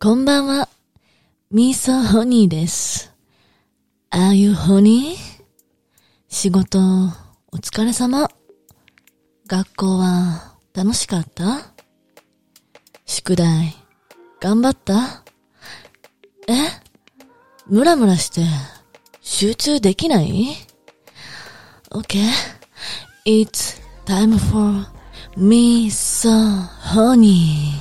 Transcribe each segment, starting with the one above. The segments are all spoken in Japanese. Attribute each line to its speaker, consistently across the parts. Speaker 1: こんばんは。ミーソーホニーです。Are you honey? 仕事、お疲れ様。学校は楽しかった宿題、頑張ったえムラムラして集中できない ?Okay. It's time for me so honey.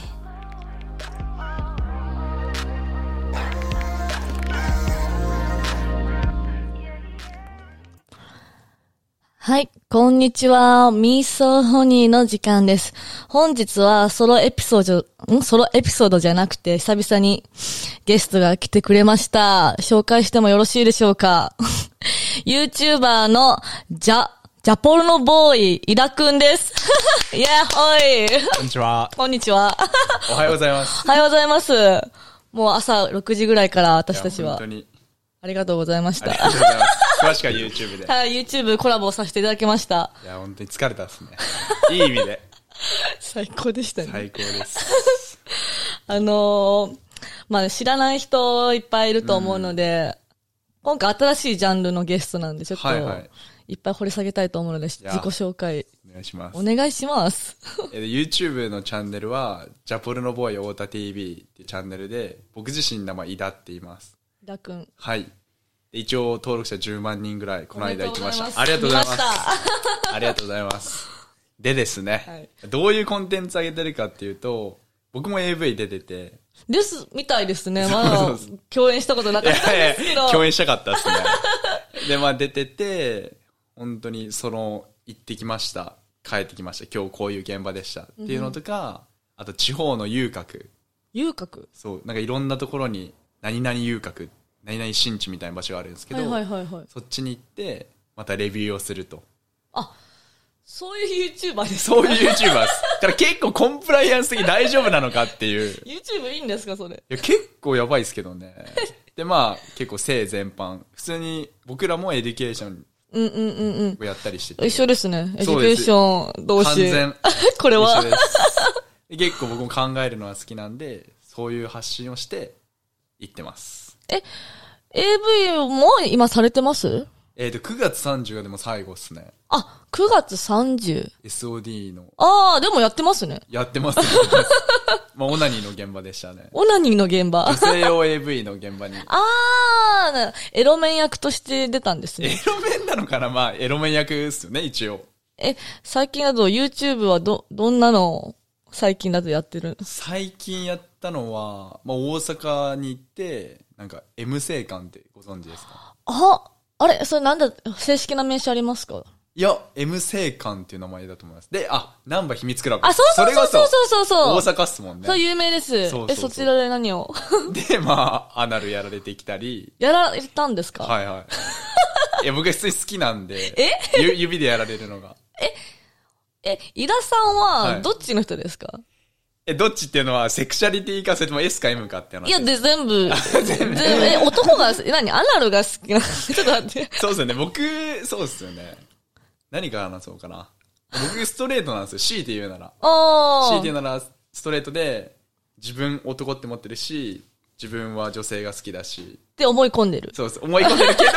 Speaker 1: はい、こんにちは。ミーソーホニーの時間です。本日はソロエピソード、んソロエピソードじゃなくて、久々にゲストが来てくれました。紹介してもよろしいでしょうか ?YouTuber のジャ、ジャポルノボーイ、イダくんです。 いや、ほい。
Speaker 2: こんにちは。
Speaker 1: こんにちは。
Speaker 2: おはようございます。
Speaker 1: おはようございます。もう朝6時ぐらいから私たち
Speaker 2: いや
Speaker 1: は
Speaker 2: 本当。に。
Speaker 1: ありがとうございまし
Speaker 2: あり
Speaker 1: た。
Speaker 2: がとうございます。詳しくは YouTube で。
Speaker 1: はい YouTube コラボさせていただきました。
Speaker 2: いや、本当に疲れたですね。いい意味で。
Speaker 1: 最高でしたね。
Speaker 2: 最高です。
Speaker 1: あのーまあ、知らない人いっぱいいると思うので、今回新しいジャンルのゲストなんで、ちょっと、
Speaker 2: はいいはい
Speaker 1: っぱい掘り下げたいと思うので、自
Speaker 2: や
Speaker 1: 己紹介、
Speaker 2: お願いします
Speaker 1: お。願いします。
Speaker 2: えー YouTube のチャンネルは、ジャポルノボーイ太田 TV っていうチャンネルで、僕自身の名前、井田って言います。
Speaker 1: だくん。
Speaker 2: はい。で一応、登録者10万人ぐらい、この間行きました。
Speaker 1: お
Speaker 2: あ
Speaker 1: めで
Speaker 2: りがとうございます
Speaker 1: 見。した
Speaker 2: ありがとうございます。でですね、
Speaker 1: は
Speaker 2: どういうコンテンツ上げてるかっていうと、僕も AV 出てて、
Speaker 1: です、みたいですね。ま
Speaker 2: そうそ
Speaker 1: だ
Speaker 2: うそ、
Speaker 1: 共演したことなかったんですけど。
Speaker 2: 共演したかったですね。で、まあ出てて、本当にその、行ってきました。帰ってきました。今日こういう現場でした。っていうのとか、あと地方の遊郭。
Speaker 1: 遊郭
Speaker 2: そう、なんかいろんなところに、何々遊郭、何々新地みたいな場所があるんですけ
Speaker 1: は
Speaker 2: ど、
Speaker 1: いはいはいはい。
Speaker 2: そっちに行って、またレビューをすると。
Speaker 1: そういう YouTuber です。
Speaker 2: そういう YouTuber です。だから結構コンプライアンス的に大丈夫なのかっていう。い
Speaker 1: YouTube いいんですか、それ。
Speaker 2: や結構やばいですけどね。で、まあ結構性全般。普通に僕らもエデュケーション
Speaker 1: うんうんうんうん。
Speaker 2: をやったりしてて。
Speaker 1: 一緒ですね。エデ
Speaker 2: そ
Speaker 1: ュ
Speaker 2: う
Speaker 1: ケー
Speaker 2: です
Speaker 1: ション同士。
Speaker 2: 完全
Speaker 1: これ
Speaker 2: 一
Speaker 1: は
Speaker 2: 緒で、す。で結構僕も考えるのは好きなんで、そういう発信をして、行ってます。
Speaker 1: AV も今されてます
Speaker 2: えっ、と、9月30がでも最後っすね。
Speaker 1: あ、9月30。
Speaker 2: SOD の、
Speaker 1: ああ、でもやってますね。
Speaker 2: やってます、ね、 まあ、オナニーの現場でしたね。
Speaker 1: オナニーの現場。
Speaker 2: 女
Speaker 1: あ
Speaker 2: 性用 AV の現場に。
Speaker 1: あー、エロ面役として出たんです
Speaker 2: エ
Speaker 1: ね。
Speaker 2: ロ面なのかなまあ、エロ面役っすよね、一応。
Speaker 1: え、最近だと YouTube はど、どんなのを最近だとやってるんです
Speaker 2: 最近やったのは、まあ、大阪に行って、なんか、M 生館ってご存知ですか
Speaker 1: あ、あれそれなんだ、正式な名刺ありますか
Speaker 2: いや、M 生館っていう名前だと思います。で、あ、ナンバ秘密クラブ。
Speaker 1: あ、そうそうそうそう
Speaker 2: それこ
Speaker 1: そうそうそう。
Speaker 2: 大阪っすもんね
Speaker 1: そう、。有名です。
Speaker 2: そうそうそう
Speaker 1: え、そちらで何を
Speaker 2: で、まあ、アナルやられてきたり、
Speaker 1: やられたんですか、
Speaker 2: はいはい。いや、僕普通に好きなんで、
Speaker 1: え
Speaker 2: ゆ指でやられるのが。
Speaker 1: え、井田さん
Speaker 2: は
Speaker 1: はいどっちの人ですか、
Speaker 2: え、どっちっていうのは、セクシャリティか、それとも S か M かって話
Speaker 1: い、や、
Speaker 2: で
Speaker 1: で、全 部。全部。え、男が、何アナルが好きな ちょっと 待って。
Speaker 2: す。そうですよね。僕、そうですよね。何から話そうかな。僕、ストレートなんですよ。強いて言うなら。
Speaker 1: あ
Speaker 2: 強い
Speaker 1: あ
Speaker 2: て。言うなら、ストレートで、自分男って持ってるし、自分は女性が好きだし、
Speaker 1: って思い込んでる。
Speaker 2: そうです。思い込んでるけ ど、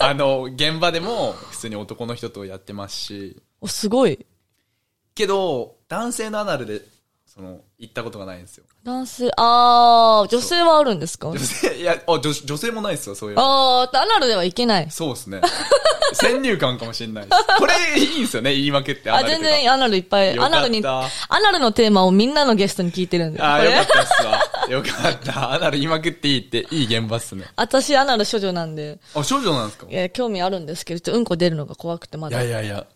Speaker 2: あの、現場でも普通に男の人とやってますし、
Speaker 1: お、すごい。
Speaker 2: けど、男性のアナルで、その、行ったことがないんですよ。
Speaker 1: 男性、あー、女性はあるんですか
Speaker 2: 女性、いや、あ、女女性もないですよ、そういうの。
Speaker 1: あー、アナルではいけない。
Speaker 2: そうですね。 先入観かもしれないです。これ、いいんですよね、言いまくって。ア
Speaker 1: あ、
Speaker 2: ナルと
Speaker 1: 全
Speaker 2: か
Speaker 1: 然アナルいっぱい。
Speaker 2: よか
Speaker 1: ア
Speaker 2: った
Speaker 1: ナルに、アナルのテーマをみんなのゲストに聞いてるんで。
Speaker 2: あ
Speaker 1: こ
Speaker 2: ー、よか
Speaker 1: れ
Speaker 2: ったっすわ。よかった。アナル言いまくっていいって、いい現場っすね。
Speaker 1: 私アナル処女なんで、
Speaker 2: あ、少女なんですか
Speaker 1: いや、興味あるんですけど、ちょっとうんこ出るのが怖くてま
Speaker 2: い
Speaker 1: だ
Speaker 2: やい。やいや。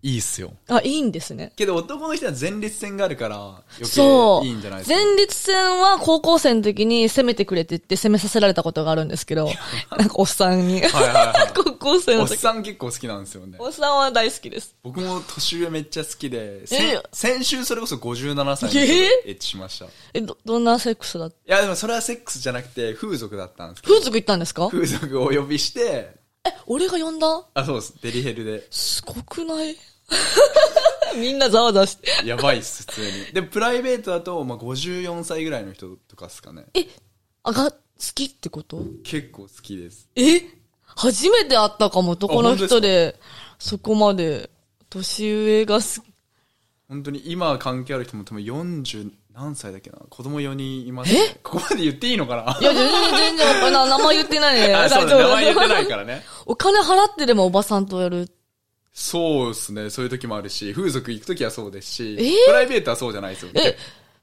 Speaker 2: いいっすよ。
Speaker 1: あ、いいんですね。
Speaker 2: けど男の人は前立腺があるから、余
Speaker 1: そう。
Speaker 2: 計いいんじゃないですか。
Speaker 1: 前立腺は高校生の時に攻めてくれって言って攻めさせられたことがあるんですけど、なんかおっさんに。
Speaker 2: はいはいはい
Speaker 1: 高校生
Speaker 2: お
Speaker 1: の
Speaker 2: っ
Speaker 1: 時。
Speaker 2: さん結構好きなんですよね。
Speaker 1: おっさんは大好きです。
Speaker 2: 僕も年上めっちゃ好きで、せん
Speaker 1: え
Speaker 2: 先週それこそ57歳にエッチしました。い
Speaker 1: え、ど、どんなセックスだった
Speaker 2: やでもそれはセックスじゃなくて風俗だったんですけど、
Speaker 1: 風俗行ったんですか
Speaker 2: 風俗をお呼びして、
Speaker 1: え、俺が呼んだ
Speaker 2: あ、そうです。デリヘルで。
Speaker 1: すごくない みんなざわざわして。
Speaker 2: やばいっす、普通に。で、プライベートだと、まあ、54歳ぐらいの人とかっすかね。
Speaker 1: え、あが、好きってこと
Speaker 2: 結構好きです。
Speaker 1: え初めて会ったかも、男の人
Speaker 2: あ本当
Speaker 1: で、そこまで、年上が好き。
Speaker 2: 本当に今関係ある人も多分40何歳だっけな。子供4人います、ね。ここまで言っていいのか ない
Speaker 1: や、全然、全然、あな名前言ってないね。
Speaker 2: あ、そうだ、
Speaker 1: 大丈
Speaker 2: 名
Speaker 1: 夫
Speaker 2: 前言ってないからね。
Speaker 1: お金払ってでもおばさんとやる。
Speaker 2: そうですね。そういう時もあるし、風俗行く時はそうですし、
Speaker 1: えー
Speaker 2: プライベートはそうじゃないですよ。
Speaker 1: え、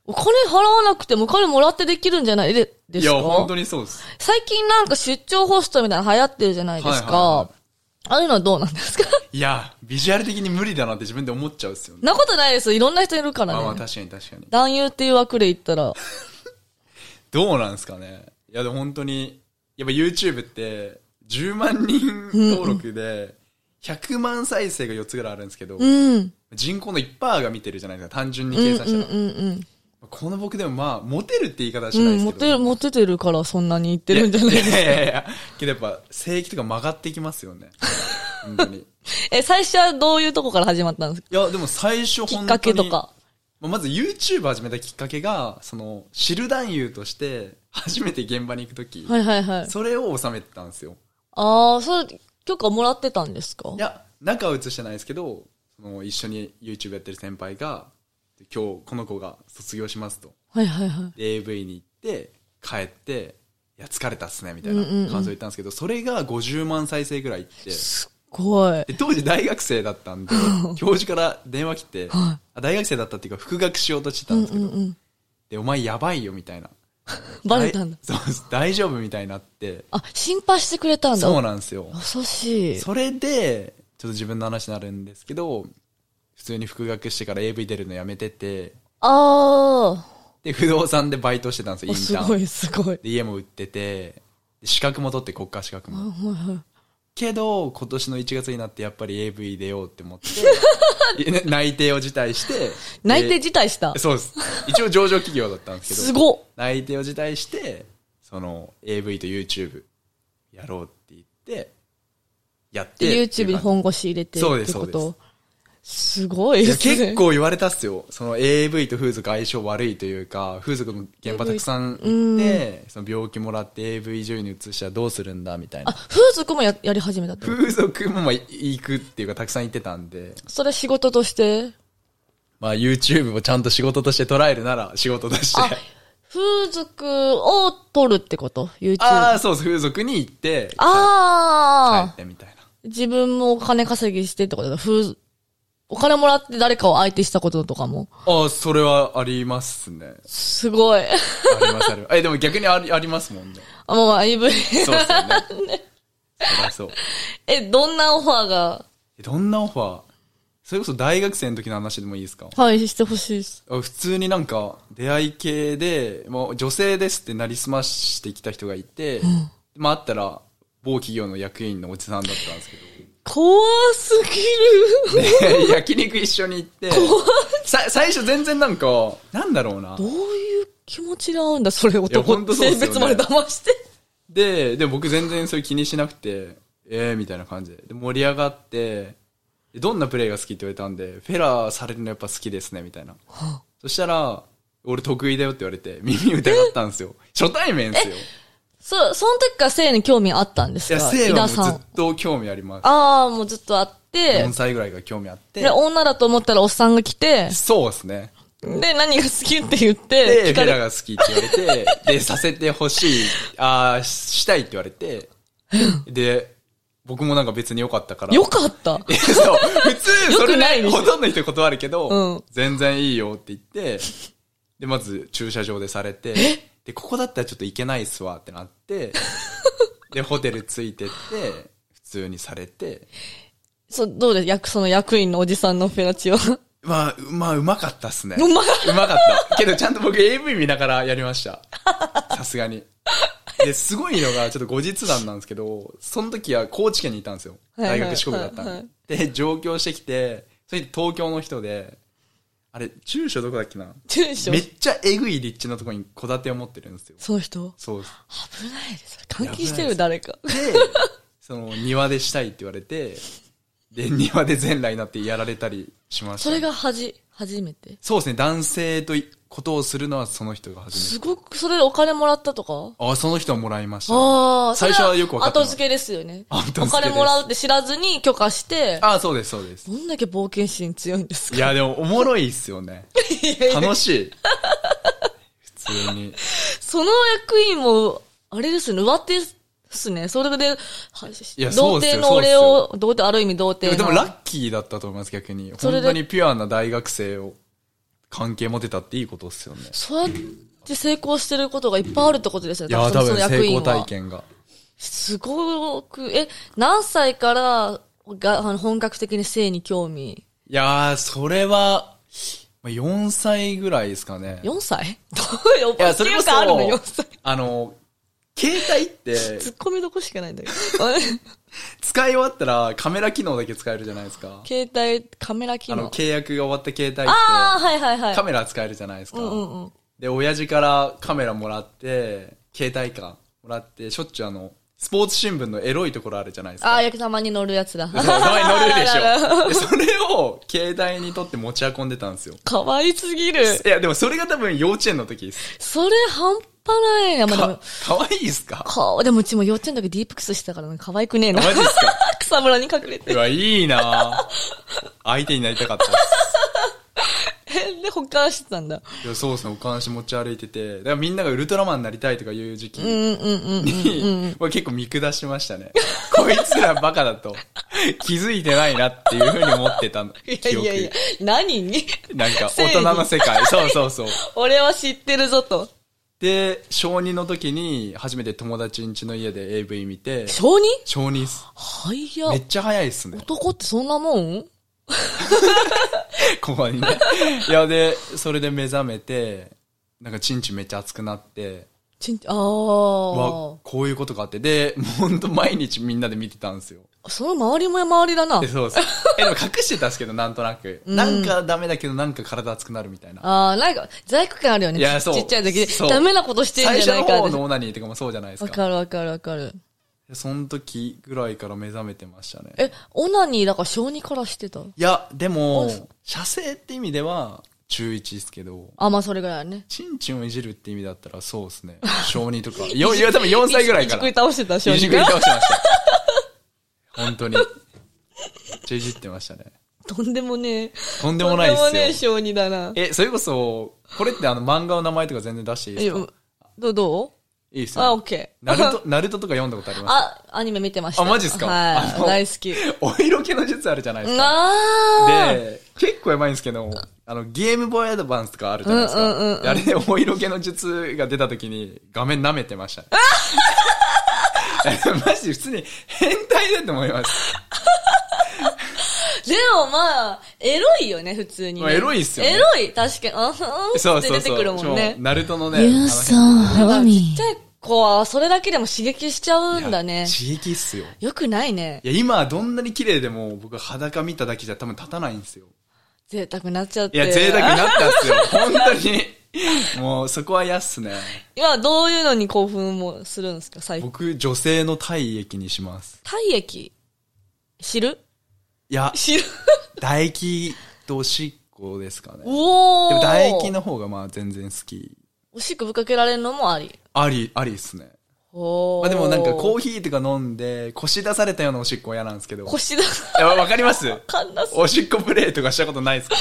Speaker 1: お金払わなくてもお金もらってできるんじゃないで、で
Speaker 2: い
Speaker 1: す
Speaker 2: や、
Speaker 1: か
Speaker 2: 本当にそうです。
Speaker 1: 最近なんか出張ホストみたいなの流行ってるじゃないですか。
Speaker 2: はいはいは
Speaker 1: ああいうのはどうなんですか
Speaker 2: いや、ビジュアル的に無理だなって自分で思っちゃうっすよね。
Speaker 1: なことないですよ。いろんな人いるから
Speaker 2: まあまあ
Speaker 1: ね。
Speaker 2: 確かに確かに。
Speaker 1: 男優っていう枠で言ったら。
Speaker 2: どうなんですかね。いや、でも本当に、やっぱ YouTube って、10万人登録で、100万再生が4つぐらいあるんですけど、
Speaker 1: うん。
Speaker 2: 人口の1%が見てるじゃないですか、単純に
Speaker 1: うんう
Speaker 2: 計
Speaker 1: ん
Speaker 2: 算したら。
Speaker 1: うん
Speaker 2: この僕でもまあ、モテるって言い方はし
Speaker 1: う
Speaker 2: ない
Speaker 1: ん。う
Speaker 2: で
Speaker 1: ん、
Speaker 2: す
Speaker 1: モ
Speaker 2: けど。
Speaker 1: テる、モテてるからそんなに言ってるんじゃない
Speaker 2: いやいやいや、けどやっぱ、性域とか曲がってきますよね。本当に。い
Speaker 1: え、最初はどういうとこから始まったんですか
Speaker 2: や、でも最初本
Speaker 1: き
Speaker 2: 当に。
Speaker 1: っかけとか。
Speaker 2: まあまず YouTube 始めたきっかけが、その、知る男優として、初めて現場に行くとき、
Speaker 1: はいはいはい。
Speaker 2: それを収めてたんですよ。
Speaker 1: ああ、それ、許可もらってたんですか
Speaker 2: いや、仲は映してないですけど、その一緒に YouTube やってる先輩が、今日この子が卒業しますと。
Speaker 1: はいはいはい。
Speaker 2: で AV に行って、帰って、いや、疲れたっすね、みたい
Speaker 1: うん
Speaker 2: な
Speaker 1: うんうん
Speaker 2: 感想言ったんですけど、それが50万再生ぐらいいって、
Speaker 1: すっごい。
Speaker 2: で当時大学生だったんで、教授から電話来て、あ大学生だったっていうか、復学しようとしてたんですけど、で、お前やばいよ、みたいな。
Speaker 1: バレたんだ。
Speaker 2: だいそうです大丈夫みたいになって
Speaker 1: あ、心配してくれたんだ。
Speaker 2: そうなんですよ
Speaker 1: 優しい。
Speaker 2: それでちょっと自分の話になるんですけど普通に復学してから AV 出るのやめてて
Speaker 1: あ
Speaker 2: で不動産でバイトしてたんです
Speaker 1: ー
Speaker 2: よ
Speaker 1: あ。
Speaker 2: イン
Speaker 1: す
Speaker 2: タ
Speaker 1: ご
Speaker 2: ーン
Speaker 1: いすご
Speaker 2: で
Speaker 1: い。
Speaker 2: 家も売っててで資格も取って国家資格も
Speaker 1: は
Speaker 2: けど今年の1月になってやっぱり AV 出ようって思って いや内定を辞退して
Speaker 1: 内定
Speaker 2: で
Speaker 1: 辞退した。
Speaker 2: そうです一応上場企業だったんですけど
Speaker 1: すごっ。
Speaker 2: 内定を辞退してその AV と YouTube やろうって言ってやって
Speaker 1: で、
Speaker 2: って
Speaker 1: YouTube
Speaker 2: いう
Speaker 1: に
Speaker 2: 感じ
Speaker 1: 本腰入れて
Speaker 2: そう
Speaker 1: っ
Speaker 2: で
Speaker 1: て
Speaker 2: す
Speaker 1: こ
Speaker 2: そう
Speaker 1: と。すごい
Speaker 2: い
Speaker 1: で
Speaker 2: や
Speaker 1: すね。
Speaker 2: 結構言われたっすよその AV と風俗相性悪いというか風俗の現場たくさん行って、その病気もらって AV 女優に移したらどうするんだみたい
Speaker 1: あ、
Speaker 2: な
Speaker 1: 風俗もややり始めたってこと
Speaker 2: 風俗もまあ行くっていうかたくさん行ってたんで、
Speaker 1: それ仕事として
Speaker 2: まあ、YouTube をちゃんと仕事として捉えるなら仕事として
Speaker 1: あ、風俗を撮るってこと ?YouTube。
Speaker 2: あ
Speaker 1: あ
Speaker 2: あそうです風俗に行って帰
Speaker 1: あー、
Speaker 2: ってみたいな
Speaker 1: 自分もお金稼ぎしてってことだ。風、お金もらって誰かを相手したこととかも。
Speaker 2: ああそれはありますね
Speaker 1: すごい。
Speaker 2: ありますあります。え、でも逆にありありますもんね。
Speaker 1: あ、 もう IV。
Speaker 2: そうですよね。そりゃそう。
Speaker 1: え、どんなオファーが、
Speaker 2: えどんなオファーそれこそ大学生の時の話でもいいですか
Speaker 1: はい、してほしいです。
Speaker 2: あ普通になんか出会い系で、もう女性ですってなりすましてきた人がいて、まあ会ったら某企業の役員のおじさんだったんですけ
Speaker 1: 怖すぎる。
Speaker 2: ど、で焼肉一緒に行って、さ最初全然なんか、なんだろうな
Speaker 1: ど。ういう気持ちで会うんだ、それ男
Speaker 2: ほんとそうっ
Speaker 1: 性
Speaker 2: すよね
Speaker 1: 別まで騙して。
Speaker 2: で、で、僕全然それ気にしなくて、えー、みたいな感じで。で、盛り上がって、でどんなプレイが好きって言われたんで、フェラーされるのやっぱ好きですね、みたいな。そしたら、俺得意だよって言われて、耳疑ったんですよ。初対面ですよ。
Speaker 1: そ、その時から性に興味あったんで
Speaker 2: い
Speaker 1: す
Speaker 2: や、
Speaker 1: か
Speaker 2: 性は
Speaker 1: 田
Speaker 2: も
Speaker 1: さ
Speaker 2: うず
Speaker 1: ん
Speaker 2: っ。と興味あります。
Speaker 1: ああ、もうずっとあって
Speaker 2: 4、歳ぐらいから興味あって
Speaker 1: で、。女だと思ったらおっさんが来て、
Speaker 2: そうですね。
Speaker 1: で、何が好きって言って、
Speaker 2: で、
Speaker 1: 聞
Speaker 2: フ
Speaker 1: か
Speaker 2: ェ
Speaker 1: れ
Speaker 2: ラーが好きって言われて、で、させてほしい、あーししたいって言われて、で、僕もなんか別に良かったから。
Speaker 1: よかった。
Speaker 2: えそう。普
Speaker 1: よ
Speaker 2: 通、そ
Speaker 1: く
Speaker 2: れ
Speaker 1: ない
Speaker 2: ね、
Speaker 1: でしょ
Speaker 2: ほとんどの人断るけど、
Speaker 1: うん
Speaker 2: 全然いいよって言って、で、まず駐車場でされて、で、ここだったらちょっと行けないっすわってなって、で、ホテル着いてって、普通にされて、
Speaker 1: そ、どうです役、その役員のおじさんのフェラチオ。
Speaker 2: まあ、うまあ、うまかったっすね。
Speaker 1: うまか
Speaker 2: うまかった。けど、ちゃんと僕 AV 見ながらやり ました。さすがに。で、すごいのが、ちょっと後日談なんですけど、その時は高知県にいたんですよ。
Speaker 1: はいはい
Speaker 2: 大学四国だったん
Speaker 1: は
Speaker 2: で。
Speaker 1: いはい
Speaker 2: で、上京してきて、それで東京の人で、あれ、住所どこだっけな
Speaker 1: 住所
Speaker 2: め。っちゃえぐい立地のところに戸建てを持ってるんですよ。
Speaker 1: その人
Speaker 2: そうです。
Speaker 1: 危ないです。それ監禁
Speaker 2: いや
Speaker 1: し
Speaker 2: 危
Speaker 1: て
Speaker 2: ないで
Speaker 1: る
Speaker 2: す
Speaker 1: 誰 か。
Speaker 2: で、その、庭でしたいって言われて、で、庭で全裸になってやられたりしました
Speaker 1: そ
Speaker 2: ね、
Speaker 1: れが恥、初めて。
Speaker 2: そうですね、男性といことをするのはその人が初め
Speaker 1: す
Speaker 2: て。
Speaker 1: ごく、それでお金もらったとか
Speaker 2: あ、その人はもらいました。
Speaker 1: ああ、
Speaker 2: 最初はよく分かってな
Speaker 1: 後
Speaker 2: い
Speaker 1: 付けですよね。
Speaker 2: 後付け
Speaker 1: お
Speaker 2: です
Speaker 1: 金もらうって知らずに許可して、
Speaker 2: あ、そうです、そうです。
Speaker 1: どんだけ冒険心強いんです
Speaker 2: い
Speaker 1: か
Speaker 2: や、でも、おもろいっすよ ね。楽しい。普通に。
Speaker 1: その役員も、あれですね、上手ですね。それで、は童
Speaker 2: そうです
Speaker 1: 貞
Speaker 2: よ
Speaker 1: の俺を、童貞、ある意味童
Speaker 2: でも
Speaker 1: 貞
Speaker 2: で
Speaker 1: の。
Speaker 2: もラッキーだったと思います、逆に。
Speaker 1: それ
Speaker 2: 本
Speaker 1: で
Speaker 2: 当にピュアな大学生を関係持てたっていいことっすよね。
Speaker 1: そうやって成功してることがいっぱいあるってことですよ
Speaker 2: い
Speaker 1: ね。
Speaker 2: や、
Speaker 1: 多
Speaker 2: 多
Speaker 1: 分そ
Speaker 2: 分
Speaker 1: の
Speaker 2: 成
Speaker 1: 役員
Speaker 2: 功
Speaker 1: は
Speaker 2: 体験が。
Speaker 1: すごく、え、何歳からが、あの、本格的に性に興味
Speaker 2: いやー、それは、まあ4歳ぐらいですかね。
Speaker 1: ?4 歳 どういう、
Speaker 2: いや、それこそ、
Speaker 1: あるの ?4 歳。
Speaker 2: あの、携帯って、
Speaker 1: ツッコミどこしかないんだ けど。あれ
Speaker 2: 使い終わったらカメラ機能だけ使えるじゃないですか。
Speaker 1: 携帯、カメラ機
Speaker 2: あ
Speaker 1: 能
Speaker 2: の、。契約が終わった携帯
Speaker 1: ああ、
Speaker 2: っ
Speaker 1: はいはいは
Speaker 2: て、
Speaker 1: い
Speaker 2: カ。メラ使えるじゃないですか
Speaker 1: うん。うんうん。
Speaker 2: で、親父からカメラもらって、携帯か、もらって、しょっちゅうあの、スポーツ新聞のエロいところあるじゃないです
Speaker 1: あ
Speaker 2: か。
Speaker 1: あ、役様に乗るやつだ。
Speaker 2: そう、名前乗るでし
Speaker 1: あららら
Speaker 2: ょ。でそれを、携帯に取って持ち運んでたんですよ。
Speaker 1: かわいすぎる。
Speaker 2: いや、でもそれが多分幼稚園の時です。
Speaker 1: それ半端ないな。まあ、でも
Speaker 2: か、、かわいいっすか
Speaker 1: か、でもうちも幼稚園の時ディープクスしてたからね、可愛くねえな
Speaker 2: マ。ジっすか
Speaker 1: 草むらに隠れて。
Speaker 2: うわ、い いな相手になりたかったっす
Speaker 1: えで、保管してたんだ。
Speaker 2: いや。そうですね、おかんし持ち歩いてて。だからみんながウルトラマンになりたいとかいう時期
Speaker 1: うんうんうん。
Speaker 2: に、まあ結構見下しましたね。 こいつらバカだと、気づいてないなっていうふうに思ってたの
Speaker 1: い
Speaker 2: 記
Speaker 1: や
Speaker 2: 憶。
Speaker 1: いやいや、何 に
Speaker 2: なんか、大人の世界。そうそうそう。
Speaker 1: 俺は知ってるぞと。
Speaker 2: で、小2の時に、初めて友達ん家の家で AV 見て、
Speaker 1: 小 2?
Speaker 2: 小2っす。
Speaker 1: はい
Speaker 2: め
Speaker 1: や。
Speaker 2: っちゃ早いっすね。
Speaker 1: 男ってそんなもん
Speaker 2: ここにね。いや、で、それで目覚めて、なんかチンチンめっちゃ熱くなって、
Speaker 1: ちんあ
Speaker 2: わ
Speaker 1: ー。
Speaker 2: こういうことがあって、で、もうほんと毎日みんなで見てたんですよ。
Speaker 1: その周りも周りだな
Speaker 2: で。そうそう。え、でも隠してたんですけど、なんとなく。なんかダメだけど、なんか体熱くなるみたいな。
Speaker 1: あー、なんか、在庫感あるよね。
Speaker 2: いやそう
Speaker 1: ちっちゃい時
Speaker 2: そ
Speaker 1: で。
Speaker 2: う
Speaker 1: ダメなことしてん
Speaker 2: 最
Speaker 1: じ
Speaker 2: 初
Speaker 1: ゃない
Speaker 2: の
Speaker 1: か
Speaker 2: 方
Speaker 1: って。
Speaker 2: のオナニーとかもそうじゃないです
Speaker 1: わ
Speaker 2: か。
Speaker 1: かるわかるわかる。
Speaker 2: その時ぐらいから目覚めてましたね。
Speaker 1: え、オナニーだから小2からしてた
Speaker 2: いや、でも
Speaker 1: あ、
Speaker 2: 射精って意味では、中1ですけど、
Speaker 1: あ、まあそれぐらいだね。
Speaker 2: チンチンをいじるって意味だったら、そうですね。小2とか。 よ、いや、多分4歳ぐらい
Speaker 1: いじ
Speaker 2: から。
Speaker 1: くり倒してた、小
Speaker 2: いじ
Speaker 1: 児
Speaker 2: くり
Speaker 1: が。
Speaker 2: 倒してました。本当に。めっちゃいじってましたね。
Speaker 1: とんでもねえ。
Speaker 2: とんでもないっすよ
Speaker 1: とんでもねえ小児だな。
Speaker 2: え、それこそ、これってあの漫画の名前とか全然出していいで
Speaker 1: え
Speaker 2: すか
Speaker 1: うどうど
Speaker 2: いいです
Speaker 1: うあ、オッ
Speaker 2: よね。
Speaker 1: ケー。
Speaker 2: ナルト、 ナルトとか読んだことありま す
Speaker 1: あ、アニメ見てました。
Speaker 2: あマジっすかあ
Speaker 1: はい。
Speaker 2: の
Speaker 1: 大好 き。
Speaker 2: お色気の術あるじゃないですか。
Speaker 1: なー
Speaker 2: で、結構やばいんですけど、あの、ゲームボーイアドバンスとかあるじゃないですか。
Speaker 1: うんうんうんうん
Speaker 2: であれで、お色気の術が出た時に、画面舐めてました、 ね。マジで普通に変態だと思 います。
Speaker 1: でもまあ、エロいよね、普通に、
Speaker 2: まあエロいっすよね
Speaker 1: エロい、確かに。あふん
Speaker 2: そう
Speaker 1: って
Speaker 2: そう
Speaker 1: 出て
Speaker 2: そう。
Speaker 1: くるもんね
Speaker 2: そう。ナルトのね、あ
Speaker 1: You
Speaker 2: の
Speaker 1: so horny. ち
Speaker 2: 変
Speaker 1: horny. っちゃい子は、それだけでも刺激しちゃうんだ
Speaker 2: いや
Speaker 1: ね。
Speaker 2: 刺激っすよ。
Speaker 1: よくないね。
Speaker 2: いや、今はどんなに綺麗でも、僕裸見ただけじゃ多分立たないんですよ。
Speaker 1: 贅沢になっちゃっ
Speaker 2: い
Speaker 1: て。
Speaker 2: や、贅沢になったっすよ。本当に。もう、そこは嫌っすね。
Speaker 1: 今、どういうのに興奮もするんですか、最近。
Speaker 2: 僕、女性の体液にします。
Speaker 1: 体液知る
Speaker 2: いや、
Speaker 1: 知る
Speaker 2: 唾液とおしっこですかね。でも
Speaker 1: おー
Speaker 2: 唾液の方がまあ全然好き。
Speaker 1: おしっこぶっかけられるのもあり。
Speaker 2: あり、ありっすね。
Speaker 1: おー。
Speaker 2: まあでもなんかコーヒーとか飲んで、腰出されたようなおしっこは嫌なんですけど。い
Speaker 1: 腰だ。
Speaker 2: や、わかります
Speaker 1: かんなす
Speaker 2: おしっこプレイとかしたことな いですか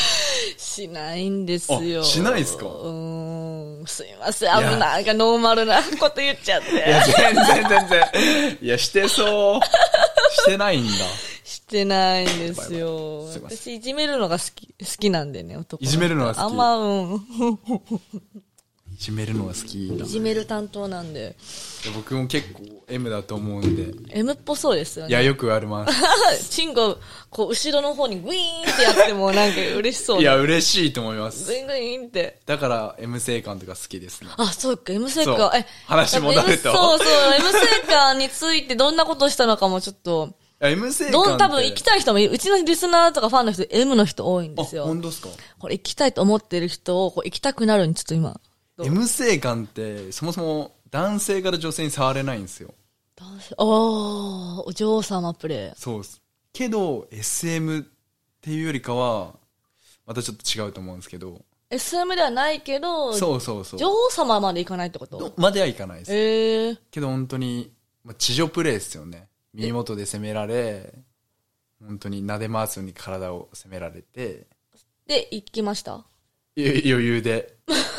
Speaker 1: しないんですよ。
Speaker 2: あしないっすか
Speaker 1: うーん。すいません。危ない。なんかノーマルなこと言っちゃっ
Speaker 2: い
Speaker 1: て。
Speaker 2: や、全然全然。いや、してそう。してないんだ。
Speaker 1: してないんですよ
Speaker 2: バイバイすい。ません
Speaker 1: 私、いじめるのが好き、好きなんでね、男の人。
Speaker 2: いじめるのが好き
Speaker 1: あんま、うん。
Speaker 2: いじめるのが好きだ
Speaker 1: いじめる担当なんで。
Speaker 2: 僕も結構 M だと思 うんで
Speaker 1: M っぽそうですよ
Speaker 2: い
Speaker 1: ね。
Speaker 2: やよくありま す
Speaker 1: チンコ、こう、後ろの方にグイーンってやってもなんか嬉しそう
Speaker 2: い
Speaker 1: な。
Speaker 2: や嬉しいと思います
Speaker 1: グイングイーンって。
Speaker 2: だから M 性感とか好きですね
Speaker 1: あ、そうか、M セ
Speaker 2: そう
Speaker 1: カ。え、
Speaker 2: 話戻ると
Speaker 1: だって M そうそう、M セカについてどんなことしたのかもちょっ と、
Speaker 2: いや M 性感って
Speaker 1: どん、多分行きたい人もいる。うちのリスナーとかファンの人、M の人多いんです
Speaker 2: あ
Speaker 1: よ
Speaker 2: 本。当ですか
Speaker 1: これ行きたいと思ってる人を、こう行きたくなるにちょっと今。どう
Speaker 2: M 性感ってそもそも男性から女性に触れないんですよ
Speaker 1: 男性おー、お嬢様プレイ。
Speaker 2: そうですけど SM っていうよりかはまたちょっと違うと思うんですけど
Speaker 1: SM ではないけど、
Speaker 2: そうそうそう
Speaker 1: 女王様まで行かないってこ
Speaker 2: ど
Speaker 1: と
Speaker 2: まではいかないです
Speaker 1: ええ
Speaker 2: けど本当に、まあ、地上プレーですよね耳元で攻められ本当に撫で回すように体を攻められて
Speaker 1: で、行きました
Speaker 2: ゆ余裕で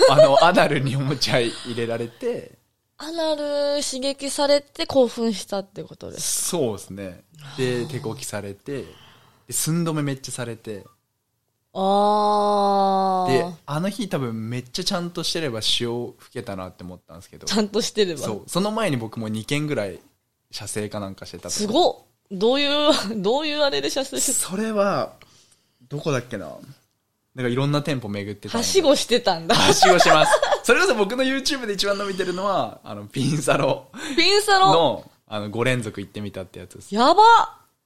Speaker 2: あのアナルにおもちゃ入れられて
Speaker 1: アナル刺激されて興奮したってことです。
Speaker 2: そうですねで手こきされてで寸止めめっちゃされて
Speaker 1: あ
Speaker 2: で
Speaker 1: ー。
Speaker 2: あの日多分めっちゃちゃんとしてれば塩吹けたなって思ったんですけど
Speaker 1: ちゃんとしてれば。
Speaker 2: そうその前に僕も2件ぐらい射精かなんかしてたと
Speaker 1: すごっどういう、 どういうあれで射精し
Speaker 2: それはどこだっけななんかいろんな店舗巡ってた
Speaker 1: は
Speaker 2: んで
Speaker 1: しごしてたんだ。
Speaker 2: はしごしますそれこそ僕の YouTube で一番伸びてるのはあのピンサロ
Speaker 1: ピンサロ
Speaker 2: のあの5連続行ってみたってやつです
Speaker 1: やば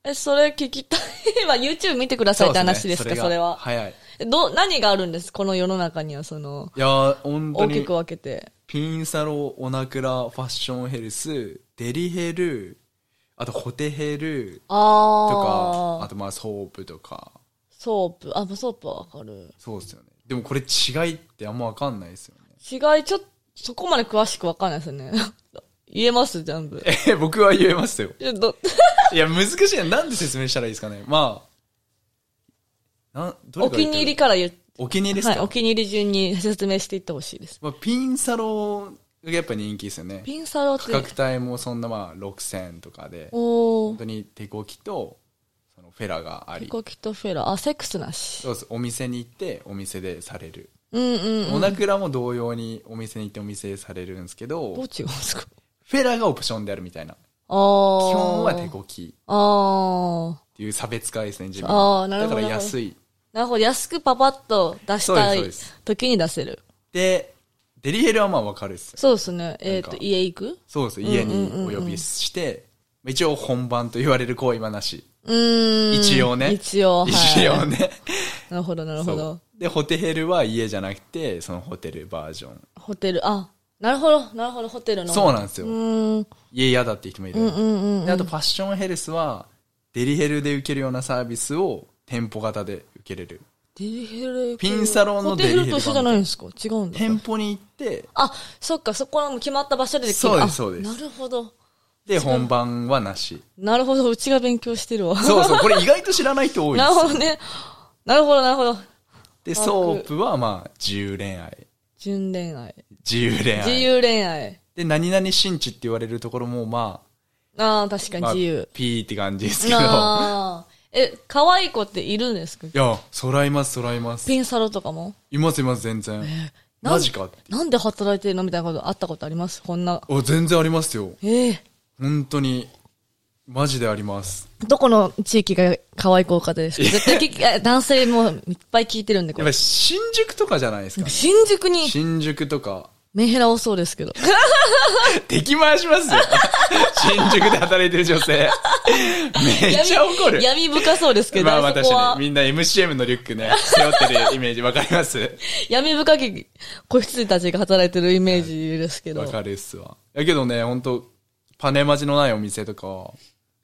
Speaker 1: え、それ聞きたい。まあ YouTube 見てくださいって話ですか、そ
Speaker 2: が
Speaker 1: れは。
Speaker 2: 早い
Speaker 1: ど、何があるんですこの世の中には、その、
Speaker 2: いやー本当
Speaker 1: 大き
Speaker 2: に
Speaker 1: く分けて。
Speaker 2: ピンサロオナクラファッションヘルスデリヘルあとホテヘルとか
Speaker 1: あ
Speaker 2: あ
Speaker 1: ー。
Speaker 2: とまあソープとか
Speaker 1: ソープ。あ、まあソープはわかる。
Speaker 2: そうですよねでもこれ違いってあんま分かんないですよね
Speaker 1: 違い、ちょっと、そこまで詳しくわかんないですね。 言えます全部。
Speaker 2: え僕は言えますよ
Speaker 1: ちょっと、
Speaker 2: いや、難しいな。なんで説明したらいいですかね。まあ、なんどれ
Speaker 1: お
Speaker 2: から
Speaker 1: 気
Speaker 2: 言ってる
Speaker 1: に入りから言っ
Speaker 2: お気に入りです
Speaker 1: は
Speaker 2: か、
Speaker 1: い、お気に入り順に説明していってほしいです。
Speaker 2: まあ、ピンサロがやっぱ人気ですよね。
Speaker 1: ピンサロって
Speaker 2: 価、格帯もそんなまあ6000とかで、
Speaker 1: お
Speaker 2: 本
Speaker 1: ー、
Speaker 2: 当に手こきとそのフェラがあ
Speaker 1: ピ
Speaker 2: り、
Speaker 1: コキとフェラ、あ、セックスなし。
Speaker 2: そうですお店に行ってお店でされる。
Speaker 1: うんうん。
Speaker 2: オナクラも同様にお店に行ってお店でされるんですけど、
Speaker 1: どう違うんですか
Speaker 2: フェラがオプションであるみたいな。
Speaker 1: あー。
Speaker 2: 基本は手こきっ
Speaker 1: あ
Speaker 2: ていう差別化ですね、自分
Speaker 1: あーなるほど
Speaker 2: だから安い。
Speaker 1: ー。なるほど、安くパパッと出した
Speaker 2: そう
Speaker 1: い
Speaker 2: ですそう
Speaker 1: 時に出せる。
Speaker 2: で、デリヘルはまあわかるっすよ
Speaker 1: そうですね。えっ、
Speaker 2: な
Speaker 1: と、
Speaker 2: んか
Speaker 1: 家行く
Speaker 2: そうです家にお呼びして、まあ一応本番と言われる行為はなし。
Speaker 1: うーん。
Speaker 2: 一応ね。
Speaker 1: 一応、はい。
Speaker 2: 一応ね。
Speaker 1: なるほど、なる
Speaker 2: そ
Speaker 1: ほ
Speaker 2: う
Speaker 1: ど。
Speaker 2: で、ホテヘルは家じゃなくて、そのホテルバージョン。
Speaker 1: ホテル、あ、なるほど、なるほど、ホテルの。
Speaker 2: そうなんです
Speaker 1: う
Speaker 2: よ。
Speaker 1: ーん。
Speaker 2: 家嫌だって人もいる。
Speaker 1: うんうんうん。
Speaker 2: であと、ファッションヘルスは、デリヘルで受けるようなサービスを店舗型で受けれる。
Speaker 1: デリヘル。
Speaker 2: ピンサロンのデリヘル
Speaker 1: ホテルと一緒じゃないんですか違うんだ。
Speaker 2: 店舗に行って、
Speaker 1: あ、そっか、そこはもう決まった場所でできる
Speaker 2: そうです
Speaker 1: あ
Speaker 2: そうです
Speaker 1: なるほど。
Speaker 2: で、本番はなし。
Speaker 1: なるほど、うちが勉強してるわ。
Speaker 2: そうそう、これ意外と知らない 人多いで
Speaker 1: な
Speaker 2: す
Speaker 1: る。ほどね。なるほど、なるほど。
Speaker 2: で、ソープはまあ、自由恋愛。
Speaker 1: 純恋愛。
Speaker 2: 自由恋
Speaker 1: 自
Speaker 2: 愛。
Speaker 1: 由恋愛。
Speaker 2: で、何々新地って言われるところもまあ、
Speaker 1: ああ、確かに
Speaker 2: まあ
Speaker 1: 自由。
Speaker 2: ピーって感じですけど。い
Speaker 1: あーえ、可愛い子っているんですか
Speaker 2: や、そらいます、そらいます。
Speaker 1: ピンサロとかも
Speaker 2: います、います、全然。
Speaker 1: なん
Speaker 2: マジかって。
Speaker 1: なんで働いてるのみたいなことあったことありますこんな。
Speaker 2: あ、全然ありますよ。
Speaker 1: ええ
Speaker 2: 本当に。マジであります。
Speaker 1: どこの地域が可愛い子かですか絶対聞き、え男性もいっぱい聞いてるんで、こ
Speaker 2: やっぱ
Speaker 1: れ。
Speaker 2: り新宿とかじゃないですか。
Speaker 1: 新宿に
Speaker 2: 新宿とか。
Speaker 1: メンヘラ多そうですけど。
Speaker 2: 敵回しま すよ。新宿で働いてる女性。 めっちゃ怒る。
Speaker 1: 闇深そうですけど、
Speaker 2: まあまあ
Speaker 1: そ
Speaker 2: 確
Speaker 1: こ
Speaker 2: か
Speaker 1: は
Speaker 2: に。みんな MCM のリュックね、背負ってるイメージわかります
Speaker 1: 闇深き子羊たちが働いてるイメージですけど
Speaker 2: わ。かるっすわ。やけどね、本当パネマジのないお店とかは、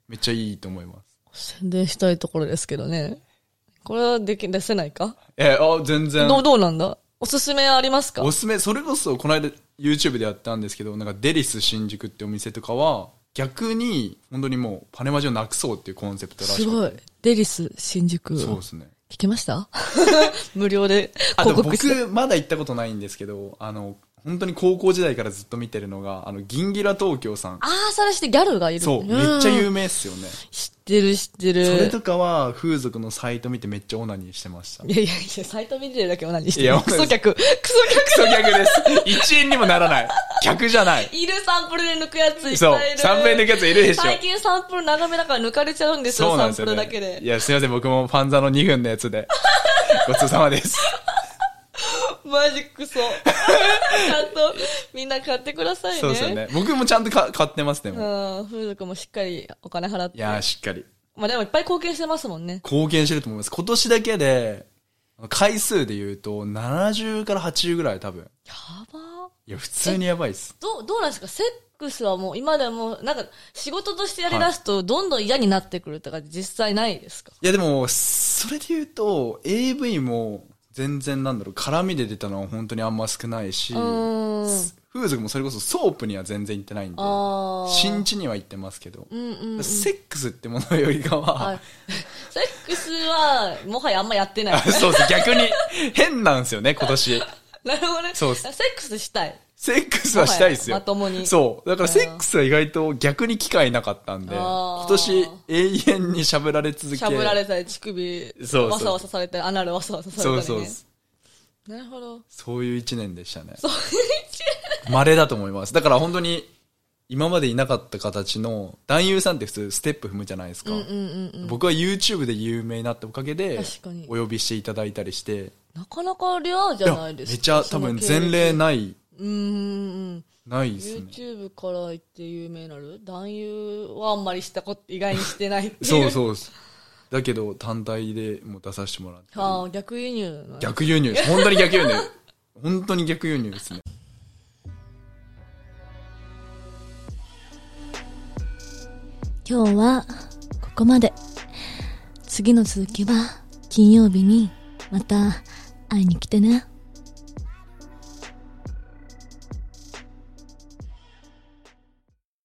Speaker 2: めっちゃいいと思います。
Speaker 1: 宣伝したいところですけどね。これはでき、出せないか、
Speaker 2: えあ、全然。
Speaker 1: どう、どうなんだおすすめありますか
Speaker 2: おすすめ、それこそこの間 YouTube でやったんですけど、なんかデリス新宿ってお店とかは、逆に、本当にもう、パネマジをなくそうっていうコンセプトらしくて
Speaker 1: すごい。。デリス、新宿。
Speaker 2: そうで
Speaker 1: 聞
Speaker 2: すね。
Speaker 1: きました 無料で
Speaker 2: あと
Speaker 1: 広告して。
Speaker 2: 僕、まだ行ったことないんですけど、あの、本当に高校時代からずっと見てるのが、あの、ギンギラ東京さん。
Speaker 1: あー、探してギャルがいる。
Speaker 2: そう、めっちゃ有
Speaker 1: 名。
Speaker 2: 名っすよね。
Speaker 1: 知ってる、知ってる。
Speaker 2: それとかは、風俗のサイト見てめっちゃオナニーしてました。
Speaker 1: いやいやいや、サイト見てるだけオナニーして
Speaker 2: いや
Speaker 1: る
Speaker 2: オ。ナ
Speaker 1: ク
Speaker 2: ニー
Speaker 1: ソ客。クソ客。
Speaker 2: クソ客です。1円にもならない。客じゃない。
Speaker 1: いるサンプルで抜くやついっぱいいる。
Speaker 2: そうサンプルで抜くやついるでしょ
Speaker 1: 最近サンプル長めだから抜かれちゃうんですよ、
Speaker 2: そうなん
Speaker 1: サ
Speaker 2: で
Speaker 1: ン
Speaker 2: す
Speaker 1: プル
Speaker 2: よ、ね。
Speaker 1: だけで
Speaker 2: い。や、すいません、僕もファンザの2分のや つで。ごちそうさまです。
Speaker 1: マジクソ。ち ゃんとみんな買ってくださいね。
Speaker 2: そうですよね。僕もちゃんとか買ってます、で
Speaker 1: う
Speaker 2: も。
Speaker 1: ん、風俗もしっかりお金払っ
Speaker 2: い
Speaker 1: て。
Speaker 2: やー、しっかり。
Speaker 1: まあでもいっぱい貢献してますもんね。
Speaker 2: 貢献してると思います。今年だけで、回数で言うと、70から80ぐらい多分。
Speaker 1: やば
Speaker 2: いや、普通にやばいっす。
Speaker 1: どう、どうなんですかセックスはもう今でも、なんか仕事としてやり出すとどんどん嫌になってくるとか実際ないですか
Speaker 2: いや、でも、それで言うと、AV も、全然なんだろう、絡みで出たのは本当にあんま少ないし、
Speaker 1: うーん。
Speaker 2: 風俗もそれこそソープには全然行ってないんで
Speaker 1: あ、ー
Speaker 2: 新地には行ってますけど
Speaker 1: う、んうんうん。
Speaker 2: セックスってものよりかは、
Speaker 1: はい。 セックスは、もはやあんまやって ない
Speaker 2: あ。 そうです。逆に、変なんですよね、今年。
Speaker 1: なるほどね。
Speaker 2: そうっす
Speaker 1: セックスしたい。
Speaker 2: セックスはしたいですよ。
Speaker 1: まともに
Speaker 2: そう。だからセックスは意外と逆に機会なかったんで、
Speaker 1: あー
Speaker 2: 今年永遠にしゃぶられ続け
Speaker 1: しゃぶられたり、乳首、
Speaker 2: そう
Speaker 1: わさわさされたり、アナルわさわさされた
Speaker 2: そ
Speaker 1: り、
Speaker 2: う
Speaker 1: ね。
Speaker 2: そう。
Speaker 1: なるほど。
Speaker 2: そういう一年でしたね。そういう一年稀だと思います。だから本当に、今までいなかった形の、男優さんって普通ステップ踏むじゃないですか。
Speaker 1: うんうんうんうん。
Speaker 2: 僕は YouTube で有名になったおかげで
Speaker 1: 確かに、
Speaker 2: お呼びしていただいたりして、
Speaker 1: なかなかレアじ
Speaker 2: い
Speaker 1: ゃ
Speaker 2: や
Speaker 1: な
Speaker 2: め
Speaker 1: い
Speaker 2: っ
Speaker 1: ですか。
Speaker 2: ちゃ多分前例
Speaker 1: な。
Speaker 2: ない、
Speaker 1: うんうんうん。
Speaker 2: ないですね。
Speaker 1: YouTube から行って有名になる男優はあんまりしたこと、意外にしてないっていう。
Speaker 2: そうそうです。だけど、単体でも出させてもらって。
Speaker 1: ああ、逆輸入の。
Speaker 2: 逆輸入です。本当に逆輸入。本当に逆輸入ですね。
Speaker 1: 今日はここまで次の続きは金曜日にまた会いに来てね